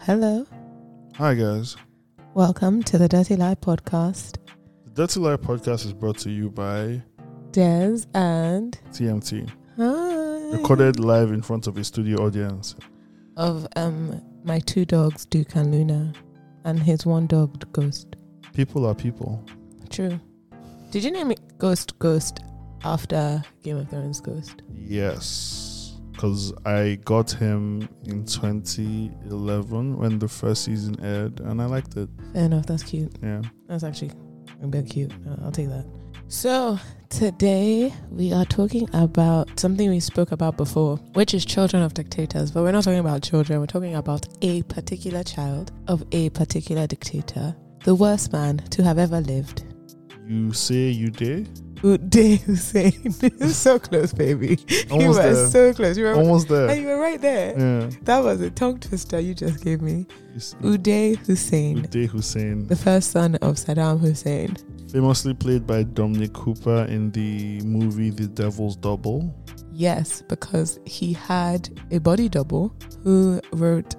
Hello. Hi, guys. Welcome to the Dirty Lie podcast. The Dirty Life podcast is brought to you by Des and TMT, hi. recorded live in front of a studio audience. of um my two dogs, Duke and Luna, and his one dog, Ghost. People are people. True. Did you name it Ghost Ghost after Game of Thrones Ghost? Yes. Because I got him in 2011 when the first season aired, and I liked it. Fair enough. That's cute. Yeah. That's actually a bit cute. Uh, I'll take that. So today we are talking about something we spoke about before, which is children of dictators. But we're not talking about children. We're talking about a particular child of a particular dictator, the worst man to have ever lived. You say you did? Uday Hussein. so close, baby. you were Almost there. so close. You were, Almost and there. you were right there. Yeah. That was a tongue twister you just gave me. It's Uday Hussein, Uday Hussein, the first son of Saddam Hussein. famously played by Dominic Cooper in the movie The Devil's Double. Yes, because he had a body double who wrote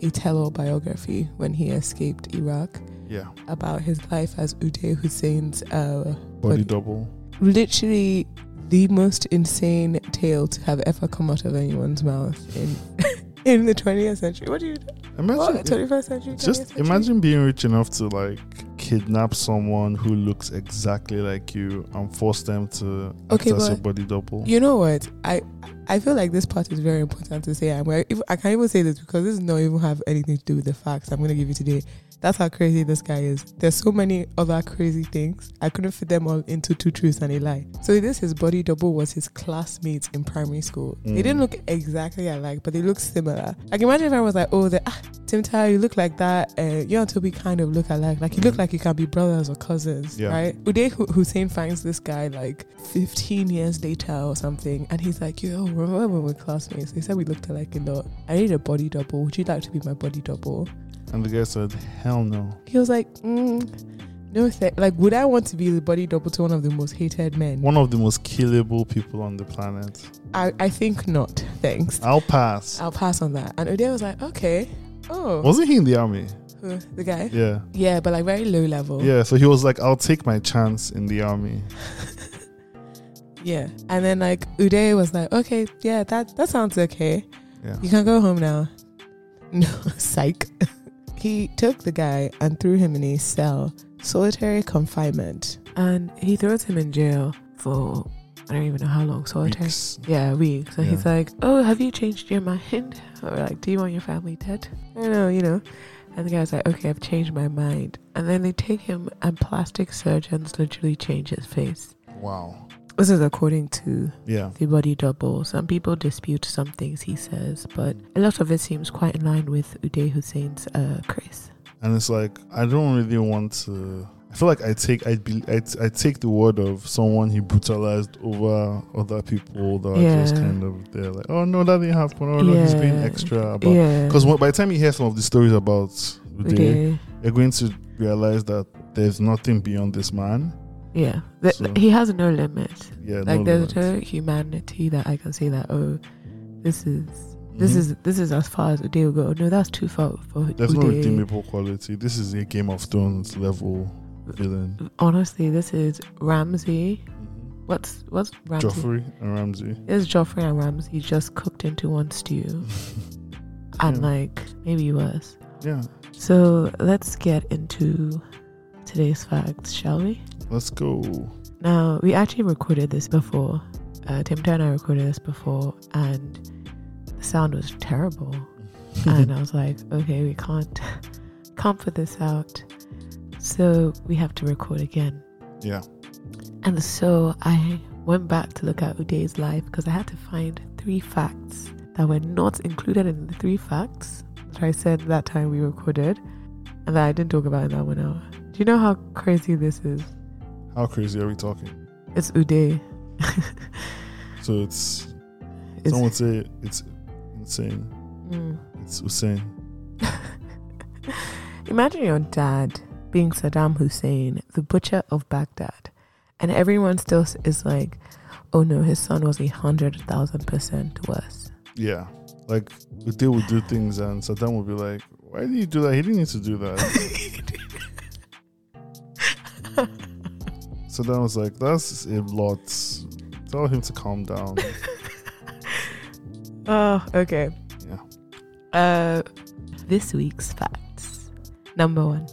a tell all biography when he escaped Iraq Yeah. about his life as Uday Hussein's, uh, Body Body- Double. literally the most insane tale to have ever come out of anyone's mouth in in the 20th century. What do you what, Imagine, 21st century? 20th just century? imagine being rich enough to like kidnap someone who looks exactly like you and force them to Okay, act but as your body double. You know what? I I feel like this part is very important to say. I'm like, if- I can't even say this because this does not even have anything to do with the facts I'm going to give you today. That's how crazy this guy is. There's so many other crazy things. I couldn't fit them all into two truths and a lie. So this his body double was his classmates in primary school. They didn't Mm. look exactly alike, but they looked similar. Like imagine if I was like, oh, the, ah, Tim Tyler, you look like that. Uh, you and Toby kind of look alike. Like you look Mhm. like you can be brothers or cousins, Yeah. right? Uday Hu- Hussein finds this guy like 15 years later or something, and he's like, yo, remember when we were classmates? They said we looked alike a lot. I need a body double. Would you like to be my body double? And the guy said, "Hell no." He was like, mm, no, th- like, would I want to be the body double to one of the most hated men? One of the most killable people on the planet. I, I think not. Thanks. I'll pass. I'll pass on that. And Uday was like, okay. Oh, Wasn't he in the army? who- the guy. Yeah, Yeah, but like very low level. yeah. So he was like, "I'll take my chance in the army." Yeah. And then like Uday was like, okay, yeah, that that sounds okay. Yeah. You can go home now. No, psych. he took the guy and threw him in a cell, solitary confinement, and he throws him in jail for I don't even know how long solitary. Weeks. Yeah, weeks. So he's Yeah. like, "Oh, have you changed your mind?" Or like, "Do you want your family dead?" I don't know, you know. And the guy's like, "Okay, I've changed my mind." And then they take him, and plastic surgeons literally change his face. Wow. This is according to Yeah. the body double. Some people dispute some things he says, but a lot of it seems quite in line with Uday Hussein's uh, Chris. and it's like I don't really want to. I feel like I take I be I, I take the word of someone he brutalized over other people that are just Yeah. kind of they're like oh no that didn't happen oh no he's being Yeah. extra about Yeah. because by the time you hear some of the stories about Uday, Uday, you're going to realize that there's nothing beyond this man. yeah. Th- So- He has no limit. Yeah, Like no there's limit. no humanity that I can say that oh, this is this Mhm. is this is as far as Uday will go. No, that's too far for there's Uday. no redeemable quality. This is a Game of Thrones level villain. Uh, Honestly, this is Ramsey. What's what's Ramsey? Joffrey and Ramsey. Is Joffrey and Ramsey just cooked into one stew? and Yeah. like maybe worse. Yeah, So let's get into today's facts, shall we? let's go. Now, we actually recorded this before. Uh, Tim Turner recorded this before, and the sound was terrible. and I was like, okay, we can't, can't put this out. So we have to record again. Yeah. And so I went back to look at Uday's life because I had to find three facts that were not included in the three facts that I said that time we recorded and that I didn't talk about in that one hour. Do you know how crazy this is? How crazy are we talking? It's Uday. So it's, It's- someone say it's insane. Mm. It's Usain. Imagine your dad being Saddam Hussein, the butcher of Baghdad, and everyone still s- is like, oh no, his son was a hundred thousand percent worse. Yeah. Like they would do things and Saddam would be like, Why did he do that? He didn't need to do that. so then I was like, that's a lot. Tell him to calm down. oh, okay. Yeah. Uh, this week's facts. Number one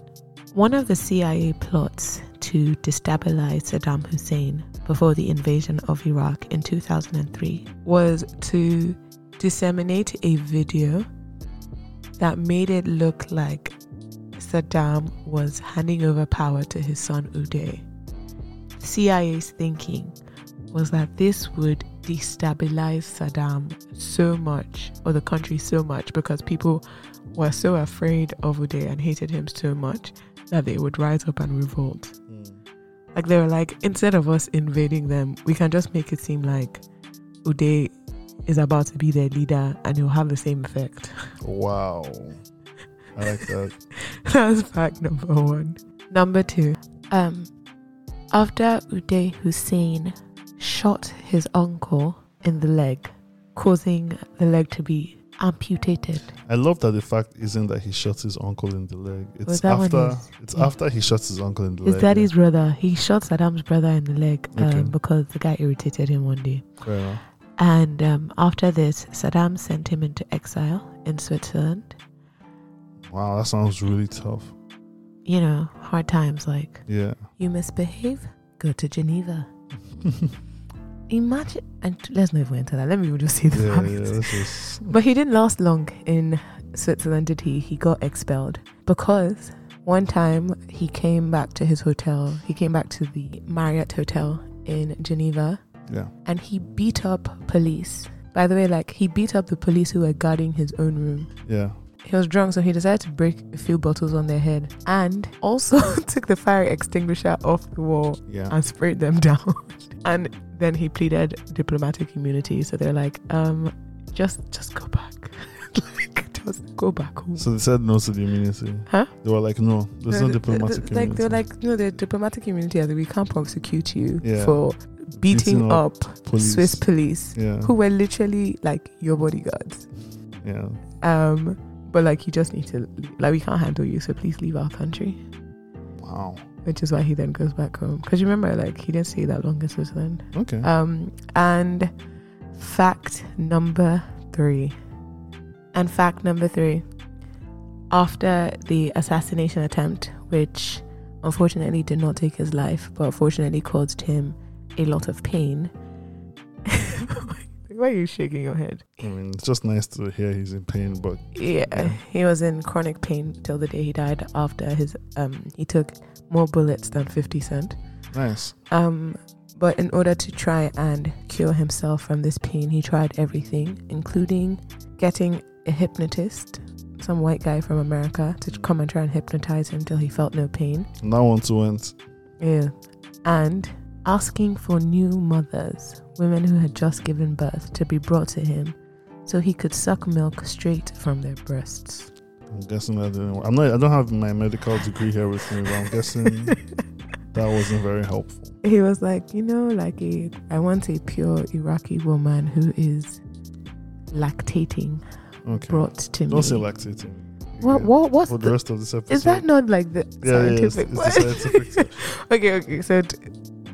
One of the CIA plots to destabilize Saddam Hussein before the invasion of Iraq in 2003 was to disseminate a video that made it look like Saddam was handing over power to his son Uday. CIA's thinking was that this would destabilize Saddam so much, or the country so much, because people were so afraid of Uday and hated him so much that they would rise up and revolt. Like they were like, instead of us invading them, we can just make it seem like Uday is about to be their leader and it'll have the same effect. Wow. I like that. That's fact number one. Number two. Um, after Uday Hussein shot his uncle in the leg, causing the leg to be amputated. I love that the fact isn't that he shot his uncle in the leg. Was It's that when after he's- it's yeah. after he shot his uncle in the His leg. daddy's brother. He shot Saddam's brother in the leg um, Okay. because the guy irritated him one day. Fair enough. And um, after this, Saddam sent him into exile in Switzerland. Wow, that sounds really tough. You know, hard times like Yeah. you misbehave, go to Geneva. Imagine, and let's not even enter that. Let me just say the yeah, facts. yeah. This is But he didn't last long in Switzerland, did he? He got expelled because one time he came back to his hotel. He came back to the Marriott Hotel in Geneva yeah. and he beat up police. By the way, like he beat up the police who were guarding his own room. Yeah. He was drunk, so he decided to break a few bottles on their head and also took the fire extinguisher off the wall Yeah. and sprayed them down. and then he pleaded diplomatic immunity. So they're like, um, just just go back. like just go back home. So they said no to the immunity. Huh? They were like, no, there's no, They're- diplomatic they're- Like immunity. they're like, no, the diplomatic immunity as in we can't prosecute you Yeah. for beating, Beating up, Police. Swiss police Yeah. who were literally like your bodyguards. Yeah. Um but like you just need to like we can't handle you, so please leave our country. Wow. Which is why he then goes back home. Because you remember like he didn't stay that long in Switzerland. Okay. Um, and fact number three. And fact number three. After the assassination attempt, which unfortunately did not take his life, but fortunately caused him a lot of pain. Why are you shaking your head? I mean, it's just nice to hear he's in pain, but Yeah, he was in chronic pain till the day he died. After his, um, he took more bullets than Fifty Cent. nice. Um, but in order to try and cure himself from this pain, he tried everything, including getting a hypnotist, some white guy from America, to come and try and hypnotize him till he felt no pain. And that one too went. Yeah. And asking for new mothers, women who had just given birth, to be brought to him so he could suck milk straight from their breasts. I'm guessing that didn't work. I'm not. I don't have my medical degree here with me, but I'm guessing that wasn't very helpful. he was like, you know, like a, I want a pure Iraqi woman who is lactating Okay. brought to me. Don't say lactating. What? Yeah. What? What's For the the, rest of this episode. is that not like the Yeah, yeah, it's- scientific? it's the scientific section. okay, okay. So, t-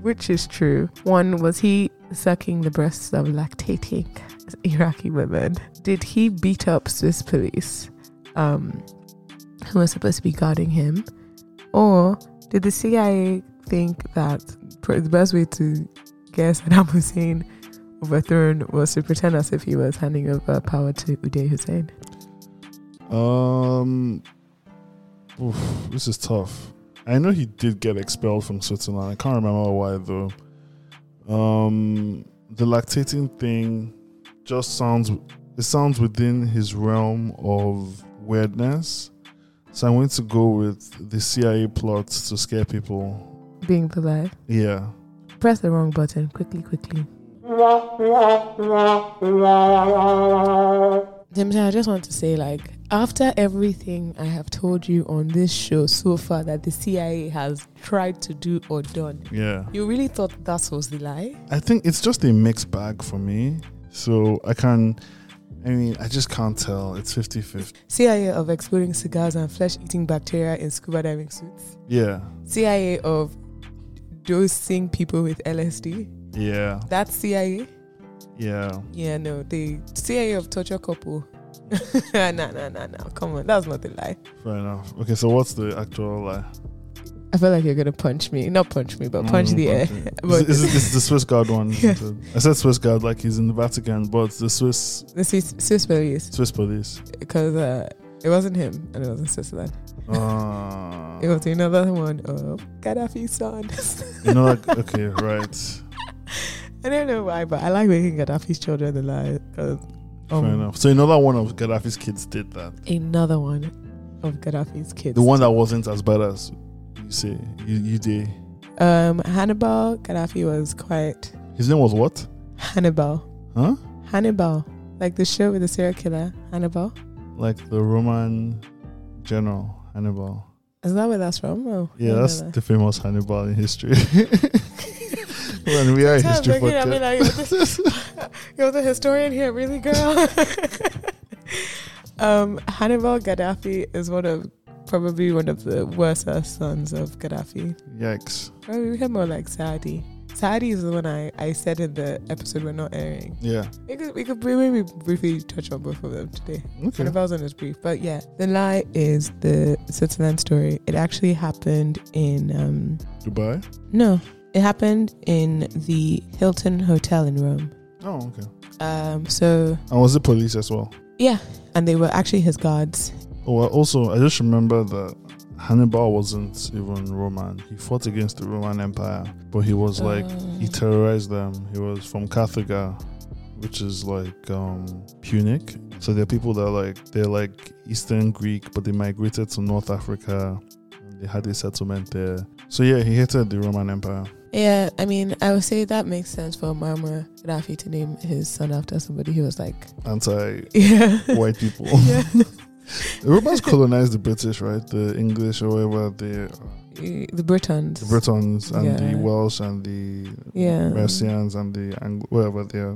which is true? One was he sucking the breasts of lactating Iraqi women. Did he beat up Swiss police, um, who were supposed to be guarding him, or did the CIA think that pr- the best way to get Saddam Hussein overthrown was to pretend as if he was handing over power to Uday Hussein? Um, oof, this is tough. I know he did get expelled from Switzerland. I can't remember why though. Um, the lactating thing just sounds it sounds within his realm of weirdness. So I'm going to go with the CIA plot to scare people. Being the lie. Yeah. press the wrong button quickly quickly Jimson, I just want to say, like, after everything I have told you on this show so far that the CIA has tried to do or done, Yeah. you really thought that was the lie? I think it's just a mixed bag for me. So I can I mean, I just can't tell. It's 50 50. CIA of exploring cigars and flesh eating bacteria in scuba diving suits. Yeah. CIA of dosing people with LSD. Yeah. That's CIA. Yeah. Yeah, no, the CIA of torture couple. nah, nah, nah, nah. Come on, that's not the lie. Fair enough. Okay, so what's the actual lie? I feel like you're gonna punch me. Not punch me, but No, punch no, the air. Mm, punch it. But- Is, is, is the Swiss guard one? Yeah. isn't it? I said Swiss guard like he's in the Vatican, but it's the Swiss The Swiss, Swiss police, Swiss police. because uh, it wasn't him, and it wasn't Switzerland. Uh, It was another one of Gaddafi's sons. you know, like okay, right. I don't know why, but I like making Gaddafi's children alive. 'cause, um, Fair enough. So you know that one of Gaddafi's kids did that. Another one of Gaddafi's kids. The one that wasn't as bad as you say you you did. Um, Hannibal Gaddafi was quite His name was what? Hannibal. Huh? Hannibal, like the show with the serial killer Hannibal. Like the Roman general Hannibal. Is that where that's from? Oh, I Yeah, don't that's know the famous Hannibal in history. that. when we are a Sometimes history I get- I mean, podcast. like, you're, the, you're the historian here, really, girl. um, Hannibal Gaddafi is one of probably one of the worst sons of Gaddafi. Yikes. Probably we have more like Saadi. Saadi is the one I, I said in the episode we're not airing. Yeah. We could, we could maybe briefly touch on both of them today. Okay. Hannibal's on his brief, but yeah, the lie is the Switzerland story. It actually happened in um, Dubai. no, it happened in the Hilton Hotel in Rome. Oh, okay. Um, so And was the police as well? and they were actually his guards. Oh, well, also, I just remember that Hannibal wasn't even Roman. He fought against the Roman Empire, but he was like, Oh. he terrorized them. He was from Carthaga, which is like um, Punic. So they're people that are like, they're like Eastern Greek, but they migrated to North Africa. They had a settlement there. So yeah, he hated the Roman Empire. yeah, I mean, I would say that makes sense for Muammar Gaddafi to name his son after somebody who was like, Anti yeah, white people. yeah. the Romans colonized the British, right? The English or whatever, the, the Britons. the Britons and Yeah. the Welsh and the Yeah. Mercians and the Ang- wherever they are.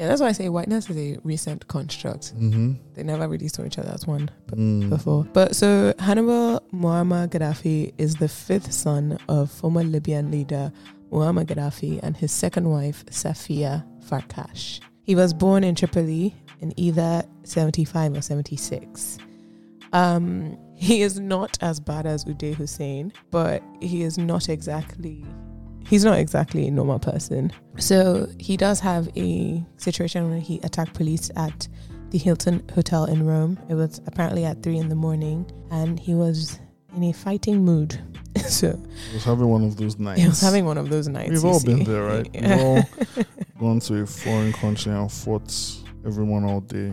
Yeah, that's why I say whiteness is a recent construct. Mm-hmm. They never really saw each other as one b- Mm. before. But so Hannibal Muammar Gaddafi is the fifth son of former Libyan leader Muammar Gaddafi and his second wife Safia Farkash. He was born in Tripoli in either 75 or 76. Um, he is not as bad as Uday Hussein, but he is not exactly he's not exactly a normal person. So he does have a situation when he attacked police at the Hilton Hotel in Rome. It was apparently at three in the morning, and he was in a fighting mood. so I was having one of those nights. he was having one of those nights. We've you all been see. there, right? Yeah. We've all gone to a foreign country and fought everyone all day.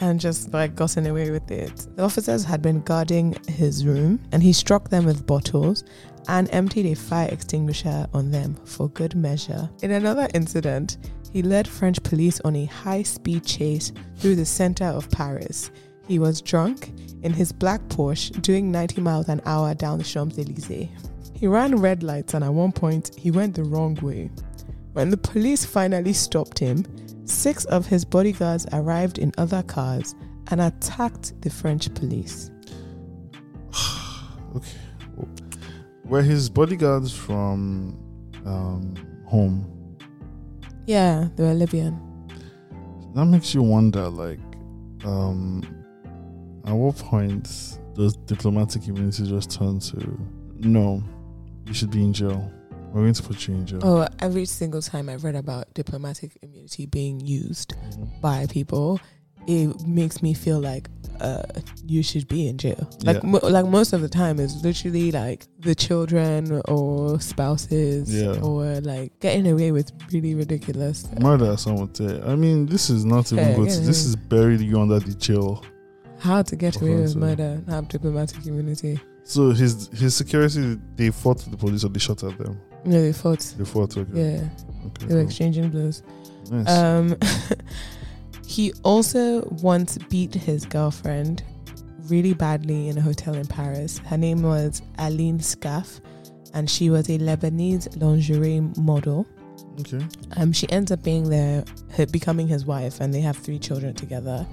and just like gotten away with it. The officers had been guarding his room and he struck them with bottles and emptied a fire extinguisher on them for good measure. In another incident, he led French police on a high speed chase through the center of Paris. He was drunk in his black Porsche doing 90 miles an hour down the Champs Elysees. He ran red lights and at one point he went the wrong way. When the police finally stopped him, Six of his bodyguards arrived in other cars and attacked the French police. Were his bodyguards from um, home? Yeah, they were Libyan. That makes you wonder, like, um, at what point does diplomatic immunity just turn to no, you should be in jail. We're going to put you in jail. Oh, every single time I've read about diplomatic immunity being used Mhm. by people, it makes me feel like uh, you should be in jail. Like, Yeah. mo- like most of the time, it's literally like the children or spouses Yeah. or like getting away with really ridiculous. Murder, some would say. I mean, this is not even Yeah, good. yeah, This yeah. is buried you under the jail. How to get away with Offensive. murder and have diplomatic immunity? So his his security, they fought the police or they shot at them. You know, they fought. They fought. Okay. Yeah, Okay, they were cool. exchanging blows. Nice. Um, he also once beat his girlfriend really badly in a hotel in Paris. Her name was Aline Scaff, and she was a Lebanese lingerie model. Okay. Um, she ends up being their her, becoming his wife, and they have three children together.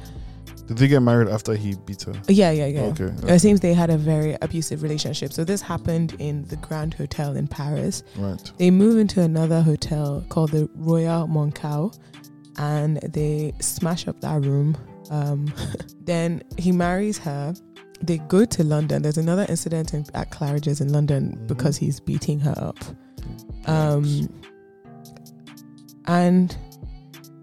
Did they get married after he beat her? Yeah, yeah, yeah. Okay. It seems they had a very abusive relationship. So this happened in the Grand Hotel in Paris. Right. They move into another hotel called the Royal Moncau, and they smash up that room. Um, then he marries her. They go to London. There's another incident in, at Claridge's in London Mhm. because he's beating her up. Um, and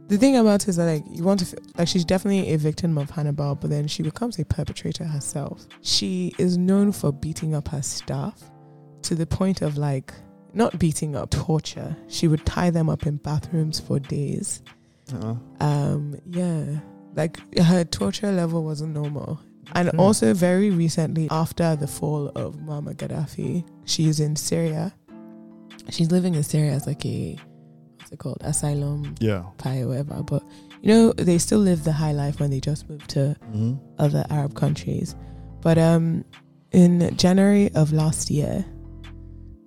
the thing about it is that like you want to f- like she's definitely a victim of Hannibal, but then she becomes a perpetrator herself. She is known for beating up her staff to the point of like not beating up torture. She would tie them up in bathrooms for days. Uh, Um, yeah, like her torture level wasn't normal. And Okay. also, very recently, after the fall of Muammar Gaddafi, she's in Syria. She's living in Syria as like a what's it called asylum yeah. pie or whatever. But you know, they still live the high life when they just moved to hmm other Arab countries. But um, in January of last year,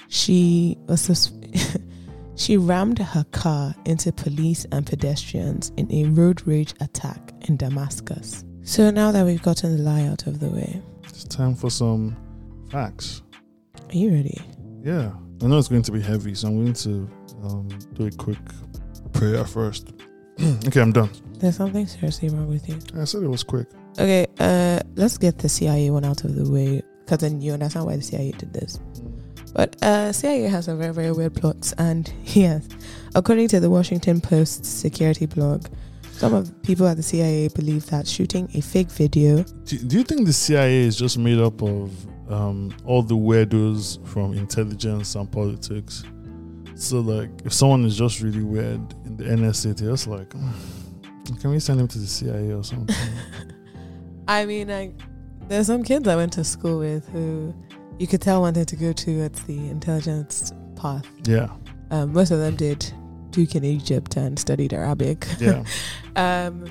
she was sus- she rammed her car into police and pedestrians in a road rage attack in Damascus. So now that we've gotten the lie out of the way, It's time for some facts. are you ready? Yeah. I know it's going to be heavy, so I'm going to um, do a quick prayer first. okay, I'm done. There's something seriously wrong with you. I said it was quick. Okay, uh, let's get the CIA one out of the way because then you understand why the CIA did this. But uh, CIA has some very, very weird plots. And yes, according to the Washington Post security blog, some of the people at the CIA believe that shooting a fake video. Do, do you think the CIA is just made up of um, all the weirdos from intelligence and politics? So, like, if someone is just really weird in the NSA, they're just like, "Mm, can we send him to the CIA or something? I mean, like, there's some kids I went to school with who you could tell wanted to go to at the intelligence path. yeah, Um, most of them did Duke in Egypt and studied Arabic. yeah. um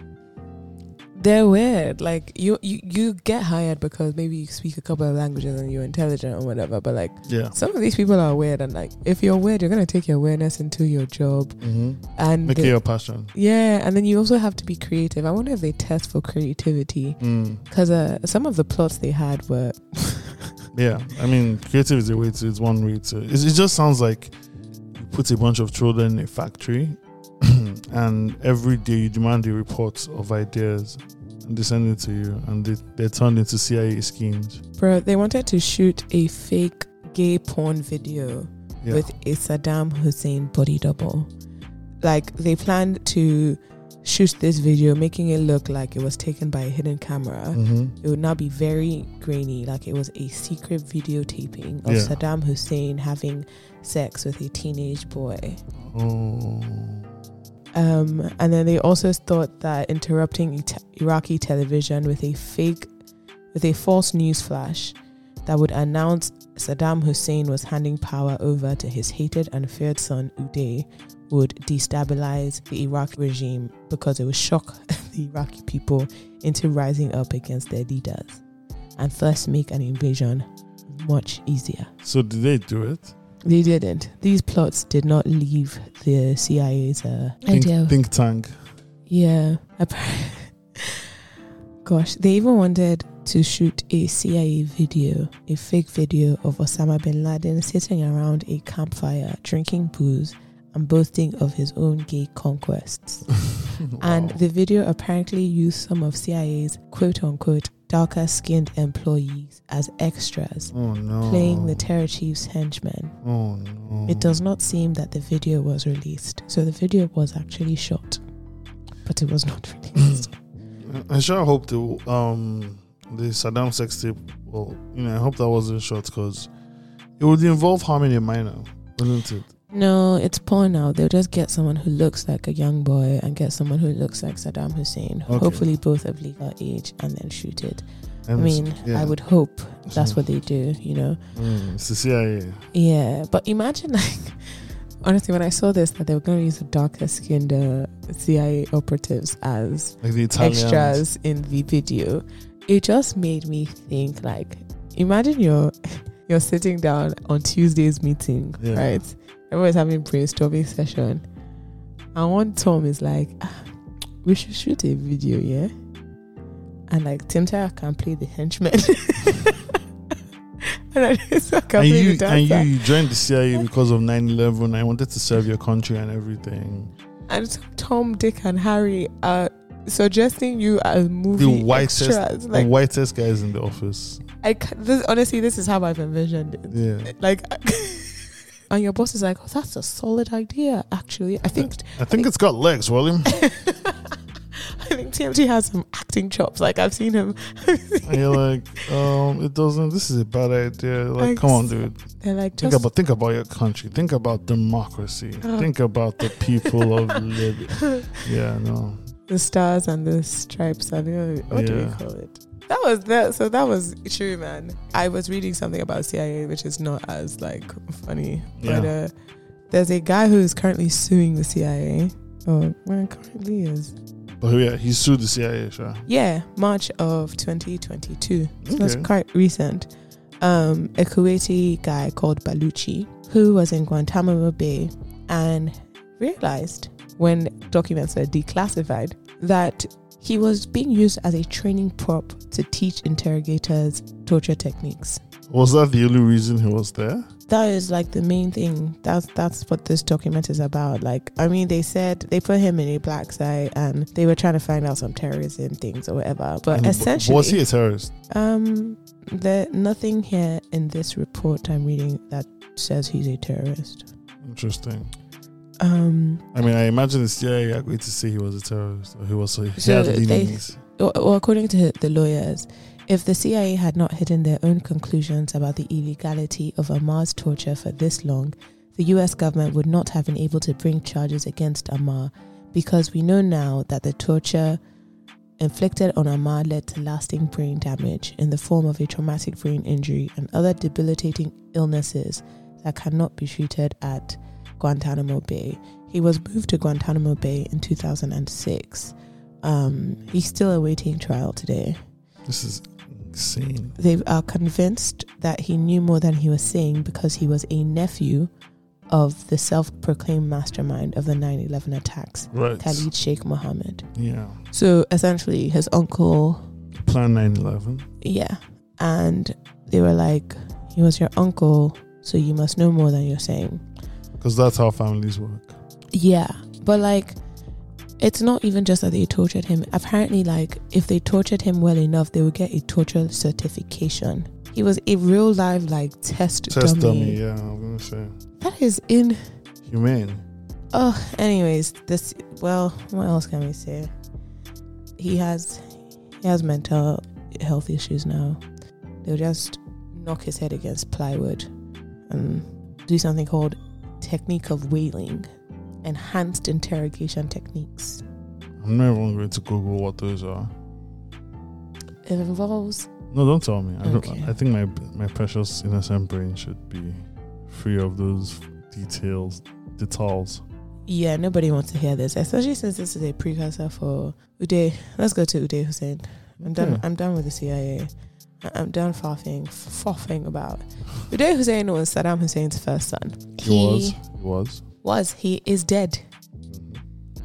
they're weird like you, you you get hired because maybe you speak a couple of languages and you're intelligent or whatever but like Yeah. some of these people are weird and like if you're weird you're gonna take your weirdness into your job Mm-hmm. and Make it the- your passion. yeah and then you also have to be creative i wonder if they test for creativity Mm. because uh, some of the plots they had were Yeah. I mean, creative is a way to, it's one way to, it's, it just sounds like you put a bunch of children in a factory and every day you demand a report of ideas and they send it to you and they, they're turned into CIA schemes. bro they wanted to shoot a fake gay porn video Yeah. with a Saddam Hussein body double. Like they planned to shoot this video, making it look like it was taken by a hidden camera. hmm It would now be very grainy, like it was a secret videotaping of Yeah. Saddam Hussein having sex with a teenage boy. Oh. Um, and then they also thought that interrupting Ita- Iraqi television with a fake, with a false news flash that would announce Saddam Hussein was handing power over to his hated and feared son Uday would destabilize the Iraqi regime because it would shock the Iraqi people into rising up against their leaders and thus make an invasion much easier. So did they do it? They didn't. These plots did not leave the CIA's uh, Think, think tank. yeah. appar- Gosh, they even wanted to shoot a CIA video, a fake video of Osama bin Laden sitting around a campfire drinking booze and boasting of his own gay conquests. And Wow. the video apparently used some of CIA's quote unquote darker skinned employees as extras, oh no. playing the terror chief's henchmen. Oh no. It does not seem that the video was released. So the video was actually shot, but it was not released. I sure hope the um the Saddam sex tape. Well, you know, I hope that wasn't short because it would involve harming a minor, wouldn't it? no, it's porn now. They'll just get someone who looks like a young boy and get someone who looks like Saddam Hussein, Okay. hopefully both of legal age, and then shoot it. I I mean, I would hope Mm-hmm. that's what they do, you know? mm, it's the CIA. Yeah, but imagine like. Honestly, when I saw this, that they were going to use the darker skinned uh, CIA operatives as Like the Italians. extras in the video it just made me think like imagine you're you're sitting down on tuesday's meeting Yeah. right everyone's having brainstorming session And one Tom is like, ah, we should shoot a video, yeah? And like Tim Tyler can play the henchman. and I just can and play you the and dancer. you, you joined the CIA because of 9/11. I wanted to serve your country and everything. and so Tom, Dick, and Harry are suggesting you as movie whitest- extras. the Like, whitest guys in the office. I ca- this, honestly, this is how I've envisioned it. Yeah, Like, and your boss is like, oh, that's a solid idea, actually. I think I think it's got legs, William. I think TMT has some acting chops. Like, I've seen him. and you're like, um, it doesn't. This is a bad idea. Like, Like, come on, dude. They're like, Think just about think about your country. Think about democracy. Uh. Think about the people of Libya. Yeah, no. the stars and the stripes. I mean, what do we Yeah. call it? That was that. So that was true, man. I was reading something about CIA, which is not as like funny, but Yeah. uh, there's a guy who is currently suing the CIA. Oh, well, currently is. But yeah, he sued the CIA. Sure. Yeah, March of 2022. So that's Okay. quite recent. Um, a Kuwaiti guy called Baluchi, who was in Guantanamo Bay and realized when documents were declassified that he was being used as a training prop to teach interrogators torture techniques. Was that the only reason he was there? That is like the main thing. That's that's what this document is about. Like, I mean, they said they put him in a black site and they were trying to find out some terrorism things or whatever. But And w- essentially, was he a terrorist? um, there nothing here in this report I'm reading that says he's a terrorist. Interesting. Um, I mean, I imagine the CIA are going to say he was a terrorist. Or he was so he So had they- leanings. or, or according to the lawyers, if the CIA had not hidden their own conclusions about the illegality of Ammar's torture for this long, the U.S. government would not have been able to bring charges against Ammar because we know now that the torture inflicted on Ammar led to lasting brain damage in the form of a traumatic brain injury and other debilitating illnesses that cannot be treated at Guantanamo Bay. He was moved to Guantanamo Bay in 2006. Um, he's still awaiting trial today. This is insane. They are convinced that he knew more than he was saying because he was a nephew of the self proclaimed mastermind of the 9 11 attacks, Right. Khalid Sheikh Mohammed. Yeah. So essentially, his uncle Plan 9 11. yeah. And they were like, he was your uncle, so you must know more than you're saying. Because that's how families work. Yeah. But like, it's not even just that they tortured him. Apparently, like, if they tortured him well enough, they would get a torture certification. He was a real life, like, test, Test dummy. dummy. Yeah, I was going to say. That is in. Humane. Oh, anyways, this, well, what else can we say? He has, he has mental health issues now. They'll just knock his head against plywood and do something called technique of wailing, enhanced interrogation techniques. I'm not even going to Google what those are. It involves No, don't tell me. I, Okay. don't, I think my my precious innocent brain should be free of those details, details. yeah, nobody wants to hear this, especially since this is a precursor for Uday. Let's go to Uday Hussein. I'm done. Okay. I'm done with the CIA. I- I'm done faffing, faffing about. Uday Hussein was Saddam Hussein's first son. He was. He was. was. He is dead.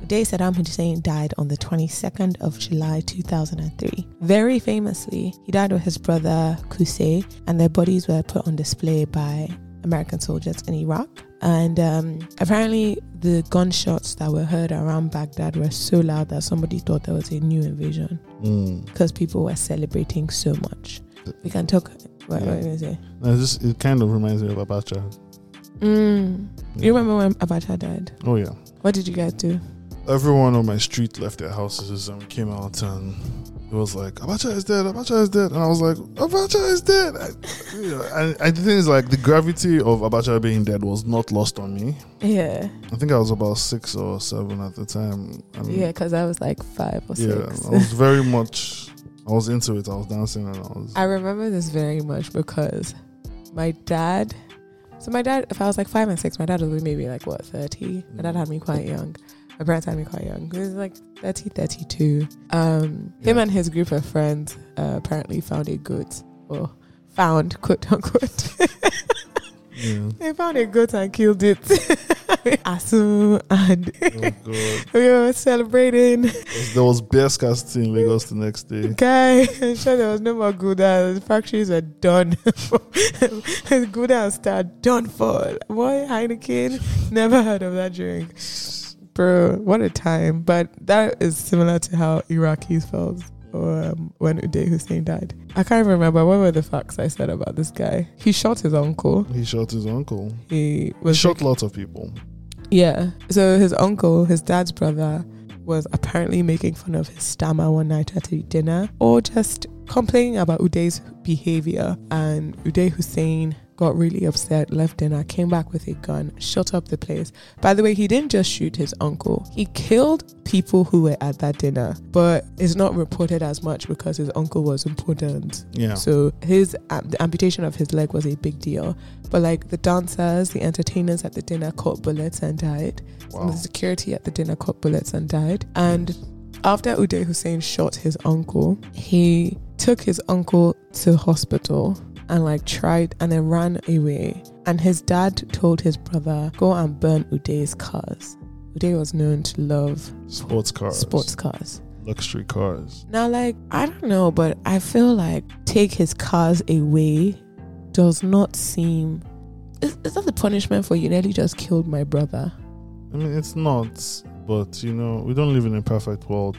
Uday Saddam Hussein died on the 22nd of July 2003. Very famously, he died with his brother Qusay, and their bodies were put on display by American soldiers in Iraq. And um, apparently, the gunshots that were heard around Baghdad were so loud that somebody thought there was a new invasion Mm. because people were celebrating so much. We can talk. What, what are you gonna say? No, it just it kind of reminds me of Abacha. Mm. Yeah. You remember when Abacha died? Oh yeah. What did you guys do? Everyone on my street left their houses and came out and it was like Abacha is dead. Abacha is dead. And I was like Abacha is dead. I, you know, and, and the thing is like the gravity of Abacha being dead was not lost on me. Yeah, I think I was about six or seven at the time. And yeah, because I was like five or Um, Yeah, six. I was very much. I was into it. I was dancing and I was. I remember this very much because my dad. So my dad, if I was like five and six, my dad was maybe like what thirty. My dad had me quite young. My parents had me quite young. He was like 30, 32. Um, Him Yeah. and his group of friends uh, apparently found a goat or found quote unquote Yeah. They found a goat and killed it. Asu and Oh god. we were celebrating. There was bear scarcity in Lagos the next day. Guy, I'm sure there was no more Gouda. The factories were done. Gouda and Star done for. Why Heineken? Never heard of that drink. Bro, what a time. But that is similar to how Iraqis felt or, um, when Uday Hussein died. I can't remember. What were the facts I said about this guy? He shot his uncle. He shot his uncle. He He was shot lots of people. Yeah. So his uncle, his dad's brother, was apparently making fun of his stammer one night at a dinner or just complaining about Uday's behavior. And Uday Hussein got really upset, left dinner, came back with a gun, shot up the place. By the way, he didn't just shoot his uncle, he killed people who were at that dinner, but it's not reported as much because his uncle was important. Yeah. So his um, the amputation of his leg was a big deal. But like the dancers, the entertainers at the dinner caught bullets and died. Some of Wow. The security at the dinner caught bullets and died. And after Uday Hussein shot his uncle, he took his uncle to hospital and like tried and then ran away. And his dad told his brother, go and burn Uday's cars. Uday was known to love Sports cars. sports cars. Luxury cars. Now, like, I don't know, but I feel like take his cars away does not seem. Is, is that the punishment for you nearly just killed my brother? I mean it's not, but you know, we don't live in a perfect world.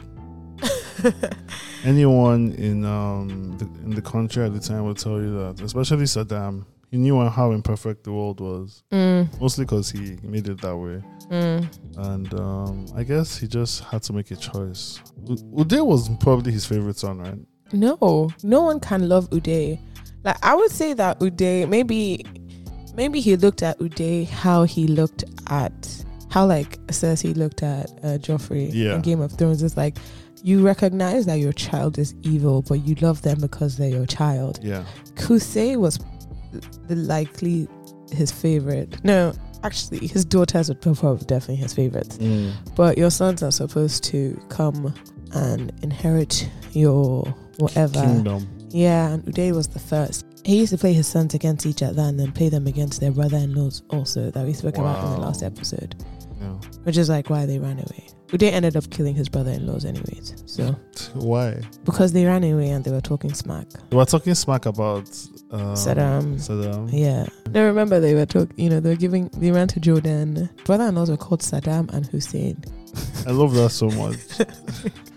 anyone in um the, in the country at the time will tell you that, especially Saddam. He knew how imperfect the world was, mm, mostly because he made it that way. mm. And um, I guess he just had to make a choice. U- Uday was probably his favorite son, right? No, no one can love Uday. Like, I would say that Uday, maybe, maybe he looked at Uday how he looked at, how like Cersei looked at uh, Joffrey Yeah. in Game of Thrones. It's like, you recognize that your child is evil, but you love them because they're your child. Yeah. Kusei was the likely his favorite. No, actually, his daughters would probably definitely his favorites. But your sons are supposed to come and inherit your whatever. Kingdom. Yeah, and Uday was the first. He used to play his sons against each other and then play them against their brother-in-laws also that we spoke about in the Wow. last episode, Yeah. which is like why they ran away. Uday ended up killing his brother-in-laws anyways, so Why? because they ran away and they were talking smack. They were talking smack about um, Saddam. Saddam. Yeah. No, remember they were talking, you know, they were giving, they ran to Jordan. Brother in laws were called Saddam and Hussein. I love that so much.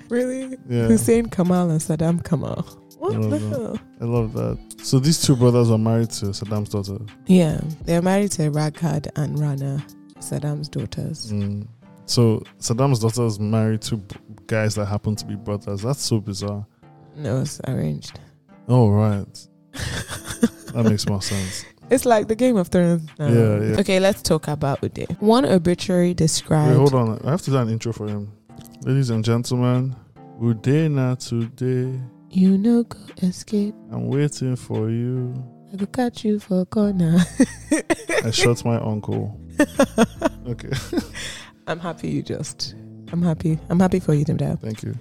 Really? Yeah. Hussein Kamal and Saddam Kamal. What I the don't hell? I love that. So these two brothers were married to Saddam's daughter. Yeah. They're married to Raghad and Rana, Saddam's daughters. Mm. So Saddam's daughter is married to b- guys that happen to be brothers. That's so bizarre. No, it's arranged. Oh right, that makes more sense. It's like the Game of Thrones. now. Yeah, yeah. Okay, let's talk about Uday. One obituary described. Wait, hold on. I have to do an intro for him. Ladies and gentlemen, Uday na today. You know, go escape. I'm waiting for you. I will catch you for a corner. I shot my uncle. Okay, I'm happy you just. I'm happy. I'm happy for you, Dimdab. thank you.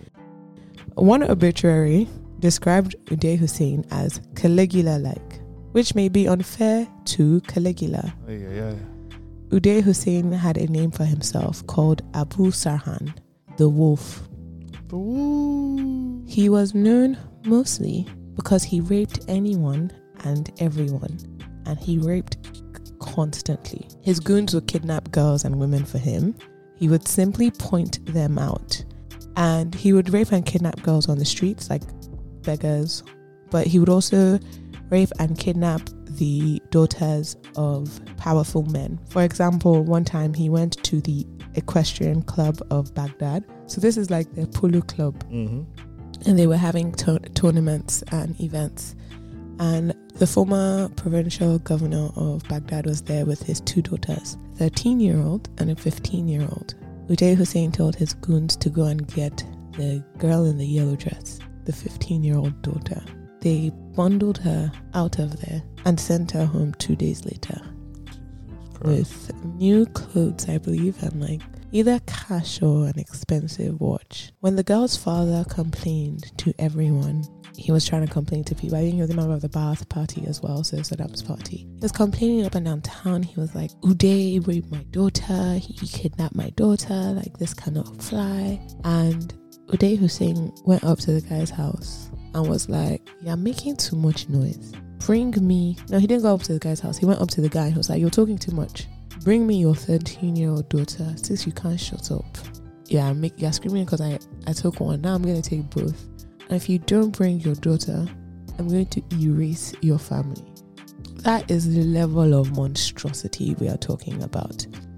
One obituary described Uday Hussein as Caligula like, which may be unfair to Caligula. Ay, ay, ay. Uday Hussein had a name for himself called Abu Sarhan, the wolf. The woo. He was known mostly because he raped anyone and everyone, and he raped constantly. His goons would kidnap girls and women for him. He would simply point them out, and he would rape and kidnap girls on the streets, like beggars. But he would also rape and kidnap the daughters of powerful men. For example, one time he went to the equestrian club of Baghdad. So this is like the polo club Mm-hmm. and they were having tour- tournaments and events. And the former provincial governor of Baghdad was there with his two daughters, 13 year old and a 15 year old. Uday Hussein told his goons to go and get the girl in the yellow dress, the 15 year old daughter. They bundled her out of there and sent her home two days later with new clothes, I believe, and like either cash or an expensive watch. When the girl's father complained to everyone, he was trying to complain to people. I think he was a member of the Ba'ath party as well, so Saddam's party. He was complaining up and down town. He was like, Uday raped my daughter. He kidnapped my daughter. Like, this cannot fly. And Uday Hussein went up to the guy's house and was like, You're making too much noise. Bring me. No, he didn't go up to the guy's house. He went up to the guy and was like, You're talking too much. Bring me your 13 year old daughter since you can't shut up. Yeah, I'm make, you're screaming because I, I took one. Now I'm going to take both. And if you don't bring your daughter, I'm going to erase your family. That is the level of monstrosity we are talking about.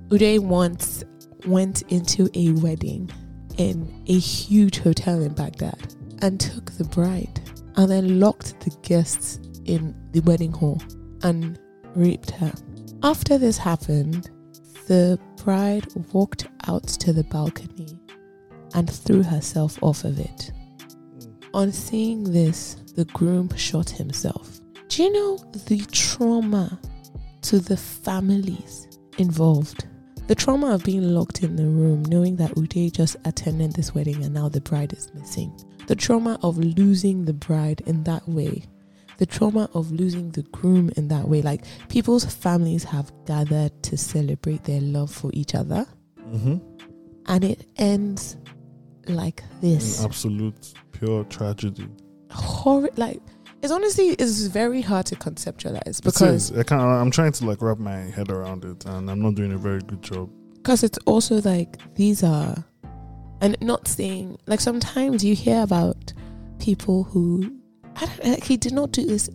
Uday once went into a wedding in a huge hotel in Baghdad and took the bride and then locked the guests in the wedding hall and raped her. After this happened, the bride walked out to the balcony and threw herself off of it. Mm-hmm. On seeing this, the groom shot himself. Do you know the trauma to the families involved? The trauma of being locked in the room, knowing that Uday just attended this wedding and now the bride is missing. The trauma of losing the bride in that way. The trauma of losing the groom in that way. Like people's families have gathered to celebrate their love for each other, Mm-hmm. and it ends like this. absolute pure tragedy. horror like it's honestly it's very hard to conceptualize because Because I can't, I'm trying to like wrap my head around it, and I'm not doing a very good job. because it's also like these are and not saying like sometimes you hear about people who I don't like he did not do this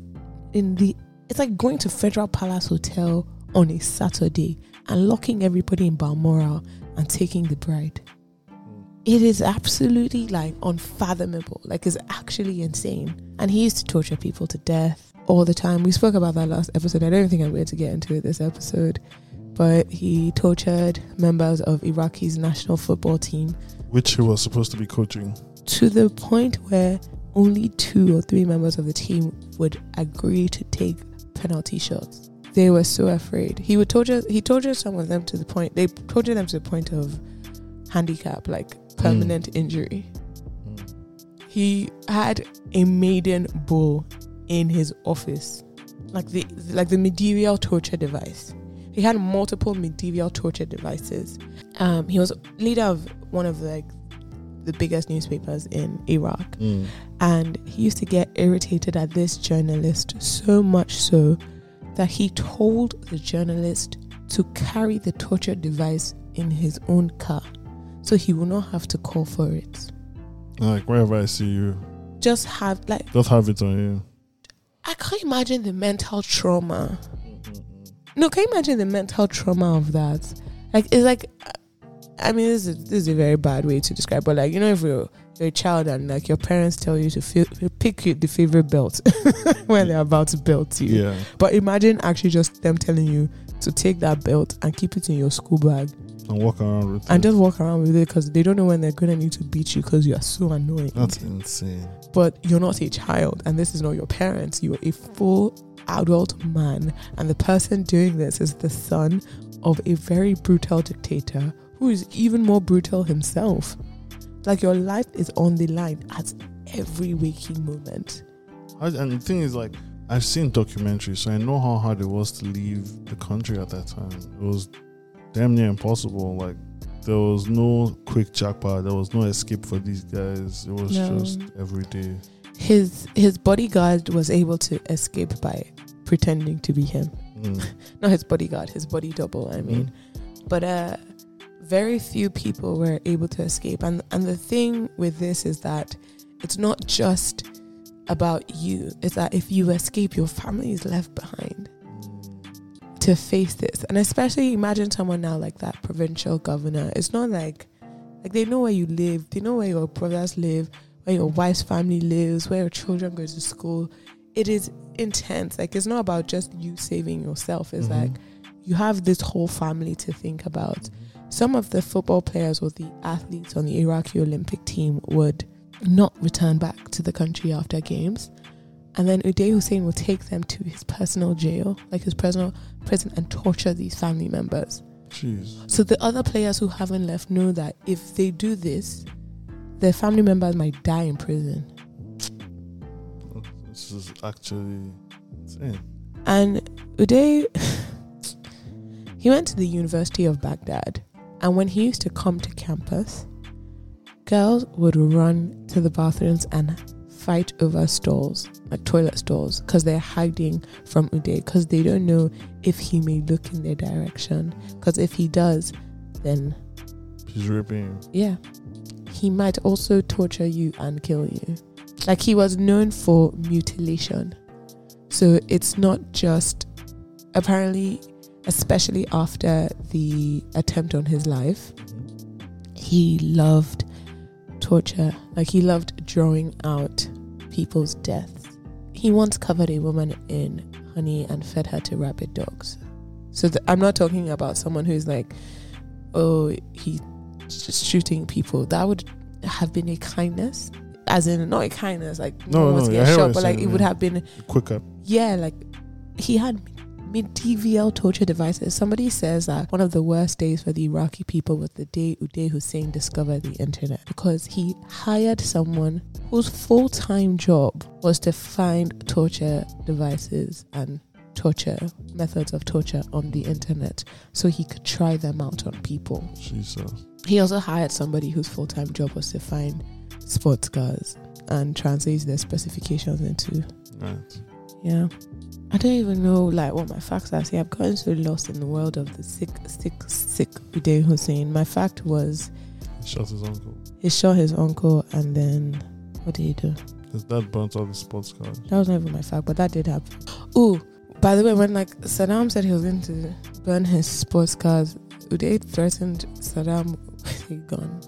in the it's like going to Federal Palace Hotel on a Saturday and locking everybody in Balmoral and taking the bride. It is absolutely like unfathomable. Like it's actually insane. And he used to torture people to death all the time. We spoke about that last episode. I don't think I'm going to get into it this episode. But he tortured members of Iraqi's national football team Which he was supposed to be coaching. to the point where only two or three members of the team would agree to take penalty shots. They were so afraid. He would torture he tortured some of them to the point they tortured them to the point of handicap, like permanent injury. Mm-hmm. He had a maiden bull in his office. Like the like the medieval torture device. He had multiple medieval torture devices. Um, he was leader of one of like the biggest newspapers in Iraq Mm. and he used to get irritated at this journalist so much so that he told the journalist to carry the torture device in his own car so he will not have to call for it Like wherever I see you, just have like just have it on you. i can't imagine the mental trauma no can you imagine the mental trauma of that like it's like i mean this is, this is a very bad way to describe but like you know if you're, you're a child and like your parents tell you to feel, pick you the favorite belt when they're about to belt you Yeah. But imagine actually just them telling you to take that belt and keep it in your school bag And walk around with and it. just walk around with it because they don't know when they're gonna need to beat you because you are so annoying. That's insane. but you're not a child and this is not your parents. You are a full adult man, and the person doing this is the son of a very brutal dictator who is even more brutal himself. Like your life is on the line at every waking moment. I, and the thing is, like, I've seen documentaries, so I know how hard it was to leave the country at that time. It was damn near impossible. Like, there was no quick jackpot. There was no escape for these guys. It was No. just every day. His his bodyguard was able to escape by pretending to be him. Mm. not his bodyguard, his body double, I mean. But uh very few people were able to escape. And and the thing with this is that it's not just about you. It's that if you escape, your family is left behind Mm. to face this. And especially imagine someone now like that provincial governor. It's not like like they know where you live, they know where your brothers live, where your wife's family lives, where your children go to school. It is intense. Like it's not about just you saving yourself. It's Mhm. like you have this whole family to think about. Some of the football players or the athletes on the Iraqi Olympic team would not return back to the country after games. And then Uday Hussein will take them to his personal jail, like his personal prison, and torture these family members. Jeez. So the other players who haven't left know that if they do this, their family members might die in prison. This is actually insane. And Uday, he went to the University of Baghdad. And when he used to come to campus, girls would run to the bathrooms and fight over stalls, like toilet stalls, because they're hiding from Uday, because they don't know if he may look in their direction. Because if he does, then He's raping. yeah. He might also torture you and kill you. Like he was known for mutilation. So it's not just apparently especially after the attempt on his life, Mm-hmm. he loved torture. Like he loved drawing out people's deaths. He once covered a woman in honey and fed her to rabid dogs. So th- I'm not talking about someone who's like, oh, he just shooting people. That would have been a kindness, as in not a kindness, like No, no, one was no, getting I hear what shot, you're but like saying, it would yeah. have been Quicker. yeah, like he had medieval torture devices. Somebody says that one of the worst days for the Iraqi people was the day Uday Hussein discovered the internet because he hired someone whose full time job was to find torture devices and torture methods of torture on the internet so he could try them out on people. Jesus. He also hired somebody whose full time job was to find sports cars and translate their specifications into Right. yeah. I don't even know like what my facts are. See, I've gotten so lost in the world of the sick, sick, sick Uday Hussein. My fact was He shot his uncle. he shot his uncle and then what did he do? His dad burnt out the sports car. That was not even my fact, but that did happen. Ooh, by the way, when like Saddam said he was going to burn his sports cars, Uday threatened Saddam with a gun.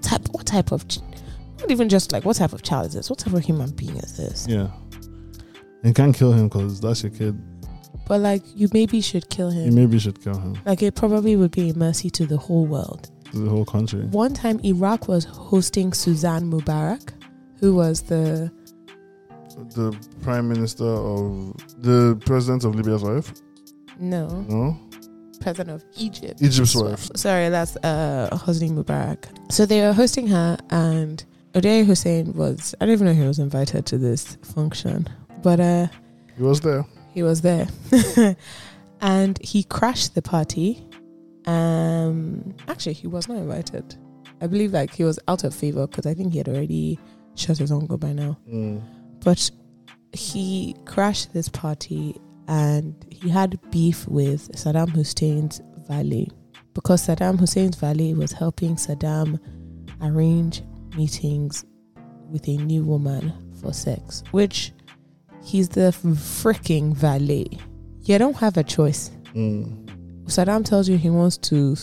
Type what type of ch- not even just like what type of child is this? What type of human being is this? Yeah. You can't kill him because that's your kid. But like you maybe should kill You him. maybe should kill him. Like it probably would be a mercy to the whole world. To the whole country. One time, Iraq was hosting Suzanne Mubarak, who was the The prime minister of the president of Libya's wife. no No, president of Egypt. Egypt's wife. Sorry, that's uh, Hosni Mubarak. So they were hosting her, and Uday Hussein was. I don't even know who was invited to this function, but uh, He was there. he was there, and he crashed the party. Um, actually, he was not invited. I believe like he was out of favor because I think he had already shot his uncle by now. Mm. but he crashed this party and he had beef with Saddam Hussein's valet because Saddam Hussein's valet was helping Saddam arrange meetings with a new woman for sex, which he's the freaking valet. You don't have a choice. Mm. Saddam tells you he wants to.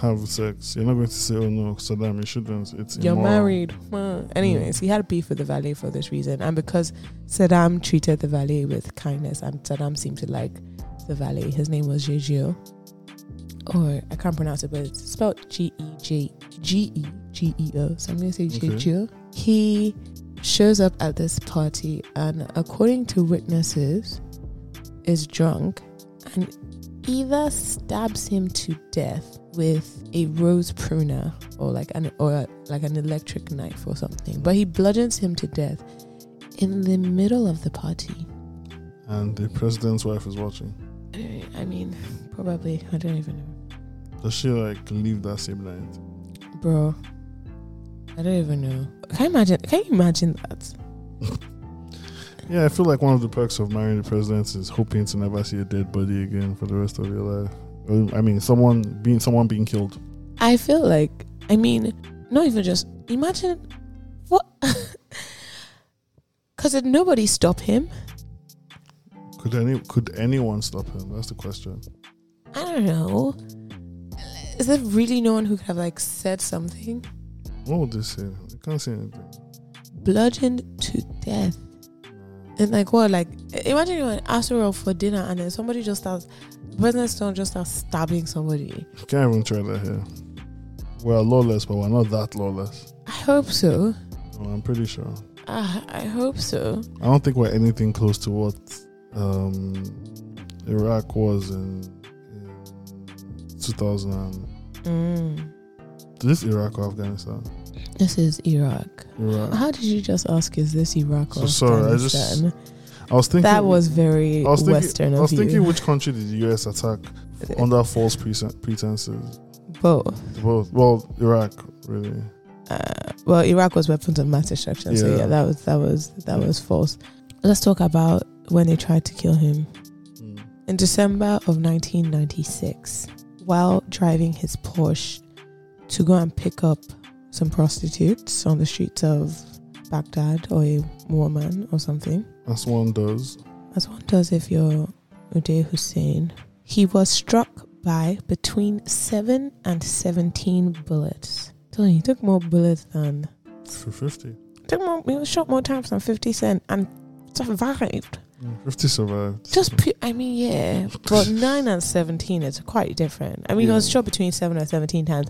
Have sex. You're not going to say, "Oh no, Saddam, you shouldn't." It's You're immoral. married. Well, Anyways, he had beef with the valet for this reason, and because Saddam treated the valet with kindness, and Saddam seemed to like the valet. His name was Jejio, or I can't pronounce it, but it's spelled G E J G E G E O. So I'm gonna say Okay. Jejio. He shows up at this party, and according to witnesses, is drunk and either stabs him to death with a rose pruner or like an or like an electric knife or something. But he bludgeons him to death in the middle of the party. And the president's wife is watching. I mean, probably I don't even know, Does she like leave that same night? bro. I don't even know. Can you imagine? Can you imagine that? Yeah, I feel like one of the perks of marrying the president is hoping to never see a dead body again for the rest of your life. Um, I mean, someone being someone being killed. I feel like, I mean, not even just imagine what. Because did nobody stop him? Could any could anyone stop him? That's the question. I don't know. Is there really no one who could have like said something? What would they say? They can't say anything. Bludgeoned to death. And like what? Like imagine you're in Astro for dinner and then somebody just starts, the president stone just starts stabbing somebody. You can't even try that here. We're lawless, but we're not that lawless. I hope so. Oh, I'm pretty sure. Ah, I hope so. I don't think we're anything close to what um, Iraq was in, in 2000. and- Mm. Is this Iraq or Afghanistan? This is Iraq. Iraq. How did you just ask? Is this Iraq or So sorry, I just Afghanistan? I was thinking that was very I was thinking, Western I was of thinking you. which country did the US attack under false preten- pretenses? Both. Both. Well, Iraq, really. Uh, well, Iraq was weapons of mass destruction, so Yeah. yeah, that was that was that Yeah. was false. Let's talk about when they tried to kill him. In December of 1996, while driving his Porsche to go and pick up some prostitutes on the streets of Baghdad or a woman or something, As one does. as one does if you're Uday Hussein, he was struck by between 7 and 17 bullets. So he took more bullets than. For 50. Took more, he was shot more times than 50 Cent and survived. Mm, 50 survived. Just, pu- I mean, yeah, but nine and seventeen is quite different. I mean, I was Yeah. shot between seven and seventeen times,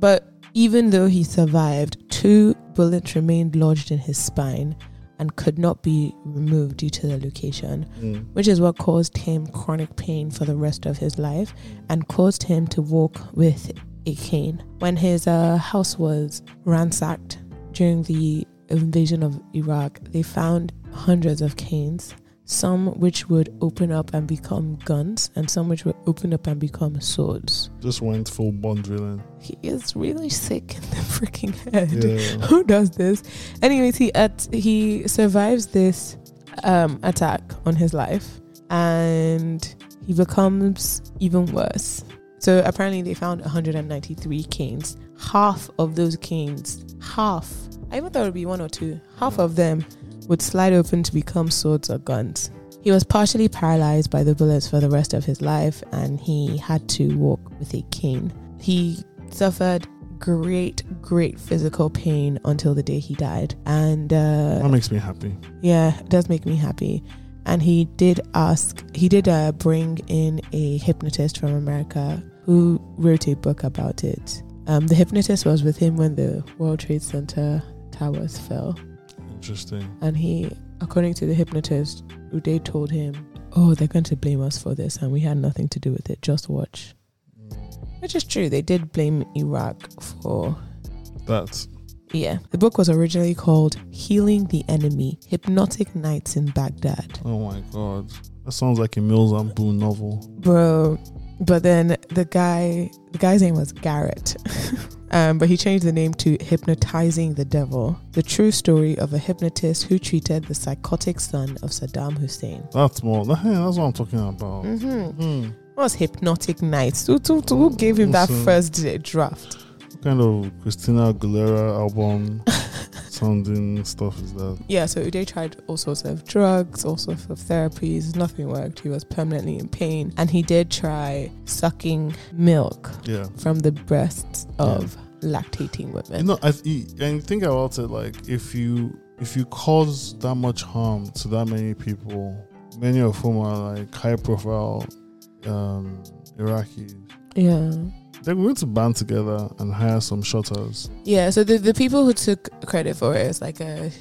but even though he survived, two bullets remained lodged in his spine and could not be removed due to their location, Mm. which is what caused him chronic pain for the rest of his life and caused him to walk with a cane. When his uh, house was ransacked during the invasion of Iraq, they found hundreds of canes, some which would open up and become guns, and some which would open up and become swords. Just went full Bond villain. He is really sick in the freaking head Yeah. who does this? Anyways, he at he survives this um, attack on his life, and he becomes even worse. So apparently, they found 193 canes. Half of those canes, half. I even thought it would be one or two. Half of them would slide open to become swords or guns. He was partially paralyzed by the bullets for the rest of his life, and he had to walk with a cane. He suffered great, great physical pain until the day he died. And that uh, makes me happy. yeah, it does make me happy. And he did ask, he did uh, bring in a hypnotist from America who wrote a book about it. Um, the hypnotist was with him when the World Trade Center towers fell. Interesting. And he, according to the hypnotist, Uday told him, Oh, they're going to blame us for this, and we had nothing to do with it. Just watch. Which is true. They did blame Iraq for That. yeah. The book was originally called Healing the Enemy Hypnotic Nights in Baghdad. Oh my god. That sounds like a Mills and Boone novel. Bro, but then the guy, the guy's name was Garrett. um, but he changed the name to Hypnotizing the Devil, the true story of a hypnotist who treated the psychotic son of Saddam Hussein. That's more. That, hey, that's what I'm talking about. Mm-hmm. Mm. What was Hypnotic Nights? Who, who, who gave him that Also- first uh, draft? What kind of Christina Aguilera album sounding stuff is that? Yeah, so Uday tried all sorts of drugs, all sorts of therapies. Nothing worked. He was permanently in pain. And he did try sucking milk Yeah. from the breasts of lactating You women. know, I th- and think about it like if you if you cause that much harm to that many people, many of whom are like high profile um, Iraqis, Yeah. they're going to band together and hire some shutters. Yeah, so the, the people who took credit for it is like a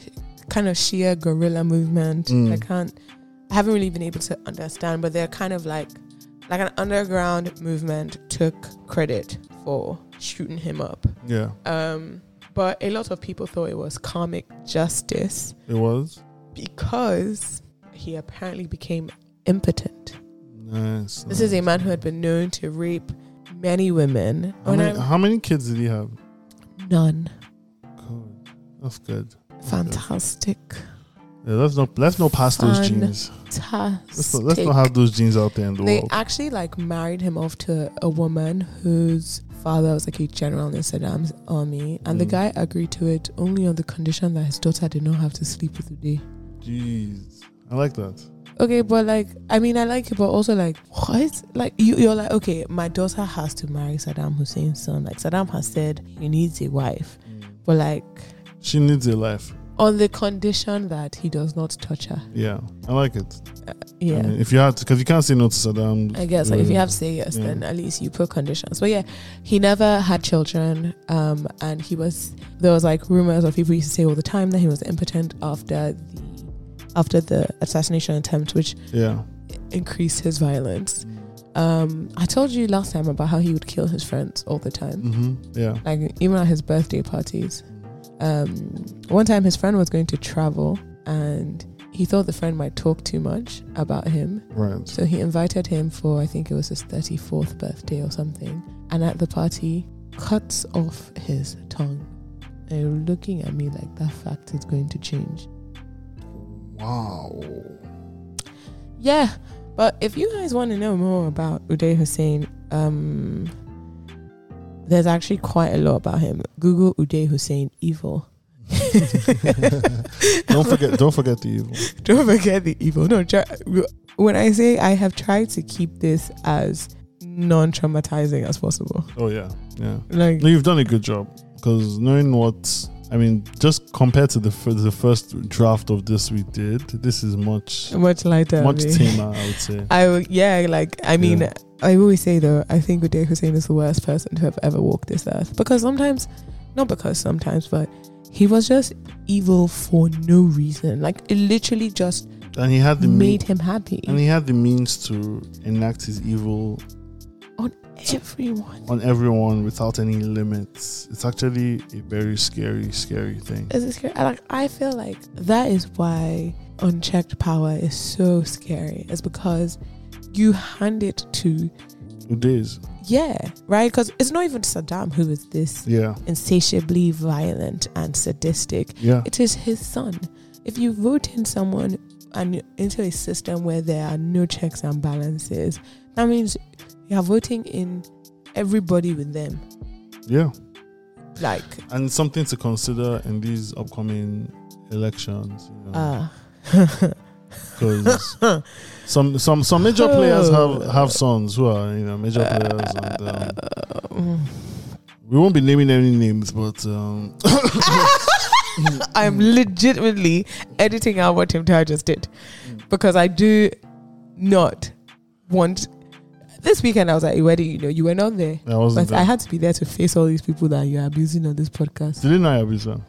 kind of sheer guerrilla movement. Mm. I can't, I haven't really been able to understand, but they're kind of like, like an underground movement took credit for shooting him up. Yeah, Um, but a lot of people thought it was karmic justice it was because he apparently became impotent. nice. This is a nice. man who had been known to rape many women. How When many, I'm- how many kids did he have? none. God, that's good. Fantastic. Yeah, let's not let's not pass those Fun genes. Let's not, Fantastic. let's not have those genes out there in the they world. actually like married him off to a woman whose father was like a general in Saddam's army, and the Mm. guy agreed to it only on the condition that his daughter did not have to sleep with Uday. Jeez, I like that. Okay, but like, I mean, I like it, but also like, what? Like, you, you're like, okay, my daughter has to marry Saddam Hussein's son. Like, Saddam has said he needs a wife, but like, She needs a life. on the condition that he does not touch her. Yeah, I like it. Yeah. I I mean, if you had, because you can't say no to Saddam. guess like if you uh, have to say yes, yeah. then at least you put conditions. But yeah, he never had children, um, and he was there was like rumors of people used to say all the time that he was impotent after the after the assassination attempt, which yeah, increased his violence. Um, I told you last time about how he would kill his friends all the time, hmm yeah, like even at his birthday parties. um, one time his friend was going to travel and he thought the friend might talk too much about him. Right. So he invited him for, I think it was his 34th birthday or something. And at the party, cuts off his tongue. And you're looking at me like that fact is going to change. Wow. Yeah, but if you guys want to know more about Uday Hussein, um, there's actually quite a lot about him. Google Uday Hussein evil. don't forget. Don't forget the evil. Don't forget the evil. No, try, when I say I have tried to keep this as non-traumatizing as possible, Oh yeah, yeah. like No, you've done a good job because knowing what I mean, just compared to the f- the first draft of this we did, this is much much lighter. much I mean. tamer. I would say. I would- yeah, like I mean, Yeah. I always say though, I think Uday Hussein is the worst person to have ever walked this earth because sometimes, not because sometimes, but he was just evil for no reason. Like it literally just And he had the mean, made him happy and he had the means to enact his evil on everyone. on everyone without any limits. It's actually a very scary, scary thing. Is it scary? I, like I feel like that is why unchecked power is so scary. It's because you hand it to Udays, yeah, right? Because it's not even Saddam who is this yeah, insatiably violent and sadistic. yeah, It is his son. If you vote in someone and into a system where there are no checks and balances, that means you are voting in everybody with them. yeah. Like, And it's something to consider in these upcoming elections. you know. uh, because some some some major players Oh. have have sons who are you know major players. And, um, we won't be naming any names, but um, I'm legitimately editing out what Tim Tower just did because I do not want. This weekend I was at a wedding. You know, you were not there, I wasn't. but There. I had to be there to face all these people that you are abusing on this podcast. Didn't I abuse them?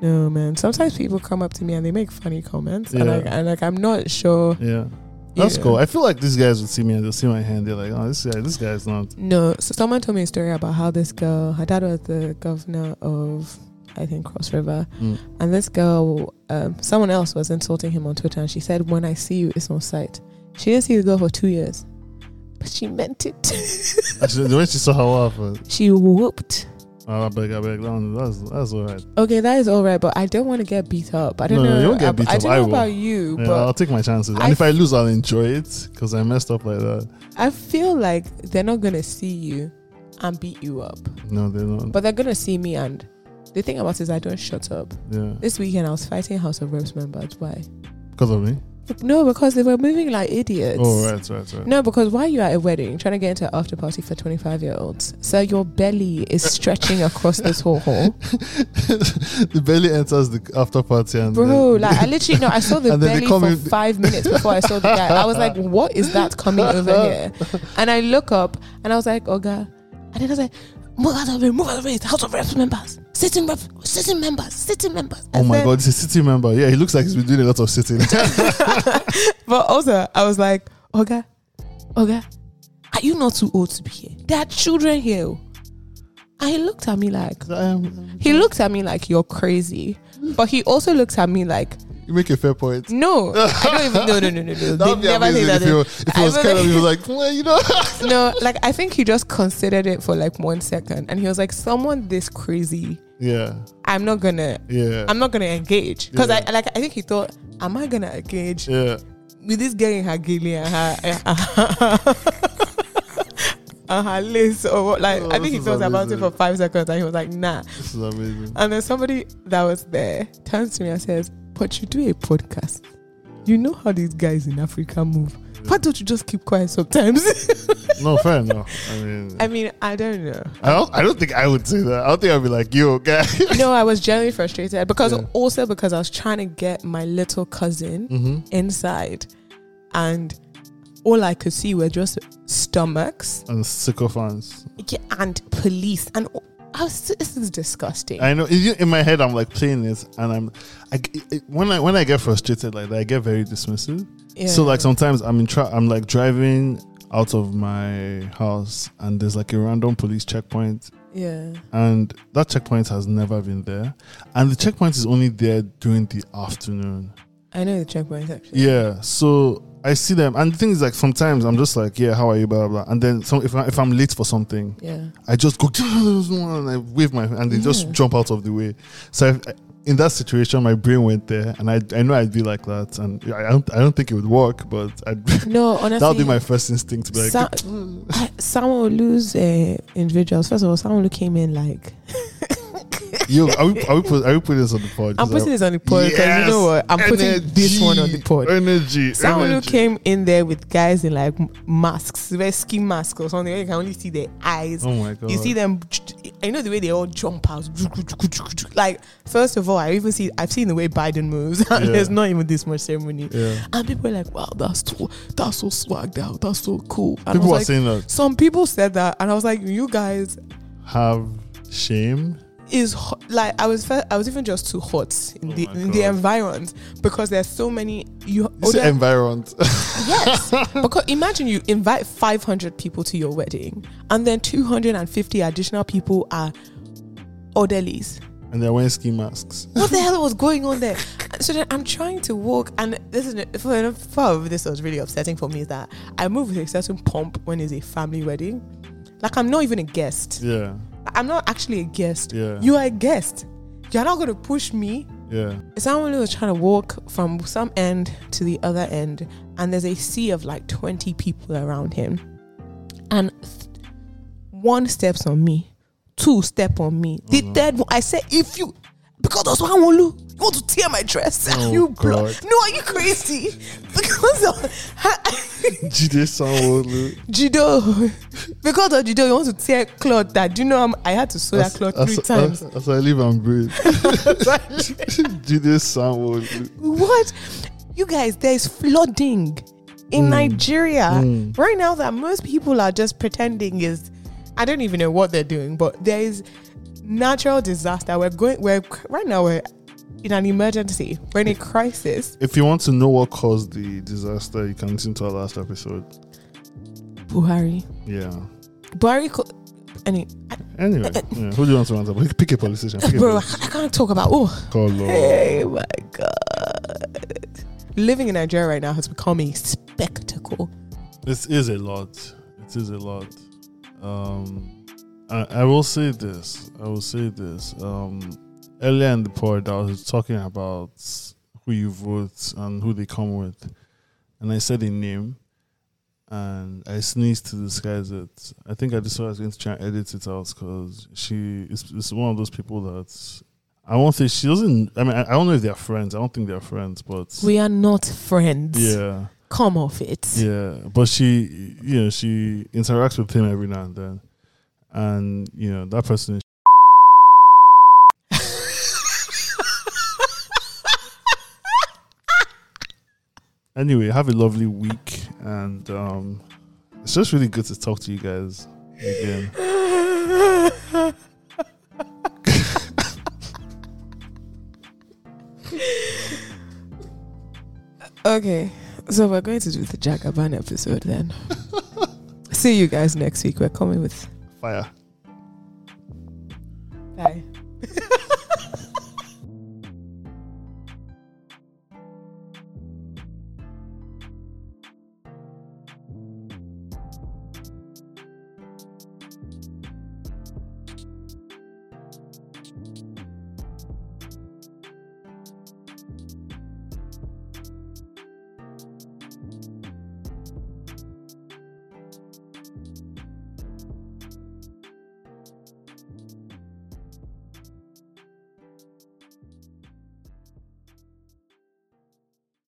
No man. Sometimes people come up to me and they make funny comments, and Yeah. like, and like I'm not sure. Yeah, that's Yeah. cool. I feel like these guys would see me and they'll see my hand. They're like, oh, this guy, this guy's not. No, so someone told me a story about how this girl, her dad was the governor of, I think Cross River, Mm. and this girl, um, someone else was insulting him on Twitter, and she said, "When I see you, it's on sight." She didn't see the girl for two years, but she meant it. Actually, the way she saw her off, uh, she whooped. oh, I beg, I beg, that one- that's that's all right. Okay, that is all right, but I don't want to get beat up. I don't No, no, know. you won't get I, beat I up. don't I know will. about you, Yeah, but I'll take my chances, and I if I lose, I'll enjoy it because I messed up like that. I feel like they're not gonna see you and beat you up. No, they're not. But they're gonna see me, and the thing about it is I don't shut up. yeah, This weekend I was fighting House of Reps members. Why? because of me. No, because they were moving like idiots. oh, right, right, right. No, because why you at a wedding trying to get into an after party for twenty five year olds? So your belly is stretching across this whole hall, the belly enters the after party and bro. then- Like I literally no, I saw the And then they belly come for in- five minutes before I saw the guy. I was like, what is that coming over here? And I look up and I was like, Oga, and then I was like. Move out of the way, move out of the way, it's House of Reps members, sitting reps, sitting members, sitting members. Oh And my then- god, it's a city member. Yeah, he looks like he's been doing a lot of sitting. But also, I was like, Oga, Oga, are you not too old to be here? There are children here. oh." And he looked at me like, Um, he looked at me like, you're crazy. But he also looked at me like, you make a fair point. no, I don't even, no, no, no, no, That no. would be They never say amazing that. if, you, if it I was feel kind of like- you were like, well, you know. No, like, I think he just considered it for like one second. And he was like, someone this crazy, Yeah, I'm not gonna, yeah, I'm not gonna engage. Cause Yeah. I, like, I think he thought, am I gonna engage? yeah. with this girl in her ghillie and her and her, and her lace or what, like Oh, I think this he is thought about it amazing. for five seconds and he was like, nah. This is amazing. And then somebody that was there turns to me and says, But you do a podcast. You know how these guys in Africa move. Why don't you just keep quiet sometimes? No, fair enough. I mean, I mean, I don't know. I don't, I don't think I would say that. I don't think I'd be like, you okay? No, I was genuinely frustrated because Yeah. also because I was trying to get my little cousin mm-hmm. inside and all I could see were just stomachs And sycophants. Yeah, and police and I was, this is disgusting. I know in in my head I'm like playing this, and I'm, I, it- when I when I get frustrated like that, I get very dismissive. Yeah. So like sometimes I'm in tra- I'm like driving out of my house and there's like a random police checkpoint Yeah. and that checkpoint has never been there. And the checkpoint is only there during the afternoon. I know the checkpoint actually. Yeah, so I see them, and the thing is, like sometimes I'm just like, yeah, how are you, blah blah, blah. and then some if, I, if I'm late for something, Yeah. I just go and I wave my and they just Yeah. jump out of the way. So I, I- in that situation, my brain went there, and I I know I'd be like that, and I I don't I don't think it would work, but I'd, No, honestly. that would be my first instinct to be like, Sa- I- Samuel Olu's uh, individuals. First of all, Samuel Olu came in like. yo, are we are we, put, are we putting this on the pod? I'm 'Cause I- putting this on the pod because Yes! you know what? I'm putting this one on the Energy, pod. Energy. Someone who energy. came in there with guys in like m- masks, wear ski masks or something. where You can only see their eyes. Oh my god. You see them. I know the way they all jump out. Like first of all, I even see. I've seen the way Biden moves. And Yeah. There's not even this much ceremony, Yeah. and people are like, "Wow, that's so that's so swagged out. That's so cool." And I People was are like, saying that some people said that, and I was like, "You guys have shame. is hot. like I was fe- I was even just too hot in Oh the my in the God. environment because there's so many you It's older- the environment. yes because imagine you invite 500 people to your wedding and then 250 additional people are orderlies and they're wearing ski masks. what the hell was going on there so then I'm trying to walk and this is for part of this was really upsetting for me is that I move with a certain pomp when it's a family wedding like I'm not even a guest Yeah. I'm not actually a guest Yeah. you are a guest you're not going to push me yeah. someone who was trying to walk from some end to the other end and there's a sea of like 20 people around him and th- one steps on me two step on me the no. third one i said if you because that's what i want to you want to tear my dress Oh, you blo- God. no are you crazy because of Jide Sanwo-Olu. judo because of judo you want to tear cloth that do you know I'm, i had to sew that As- cloth as- three times As, as I live and breathe. Jide Sanwo-Olu. What? You guys, there's flooding in Mm. Nigeria Mm. right now that most people are just pretending is I don't even know what they're doing, but there is natural disaster. We're going we're right now we're in an emergency. We're in a crisis. If you want to know what caused the disaster, you can listen to our last episode. Buhari. Yeah. Buhari co- any Anyway, yeah. who do you want to answer? Pick a politician. Pick a bro, politician. I can't talk about oh Call uh, hey my god. Living in Nigeria right now has become a spectacle. This is a lot. It is a lot. Um, I, I will say this. I will say this. Um, earlier in the pod, I was talking about who you vote and who they come with, and I said a name, and I sneezed to disguise it. I think I decided I was going to try and edit it out because she is, is one of those people that I won't say she doesn't. I mean, I, I don't know if they're friends. I don't think they're friends, but We are not friends. yeah. Come off it. Yeah, but she, you know, she interacts with him every now and then, and you know that person is anyway. Have a lovely week, and um, it's just really good to talk to you guys again. okay, so we're going to do the Jagaban episode then. See you guys next week. We're coming with Fire.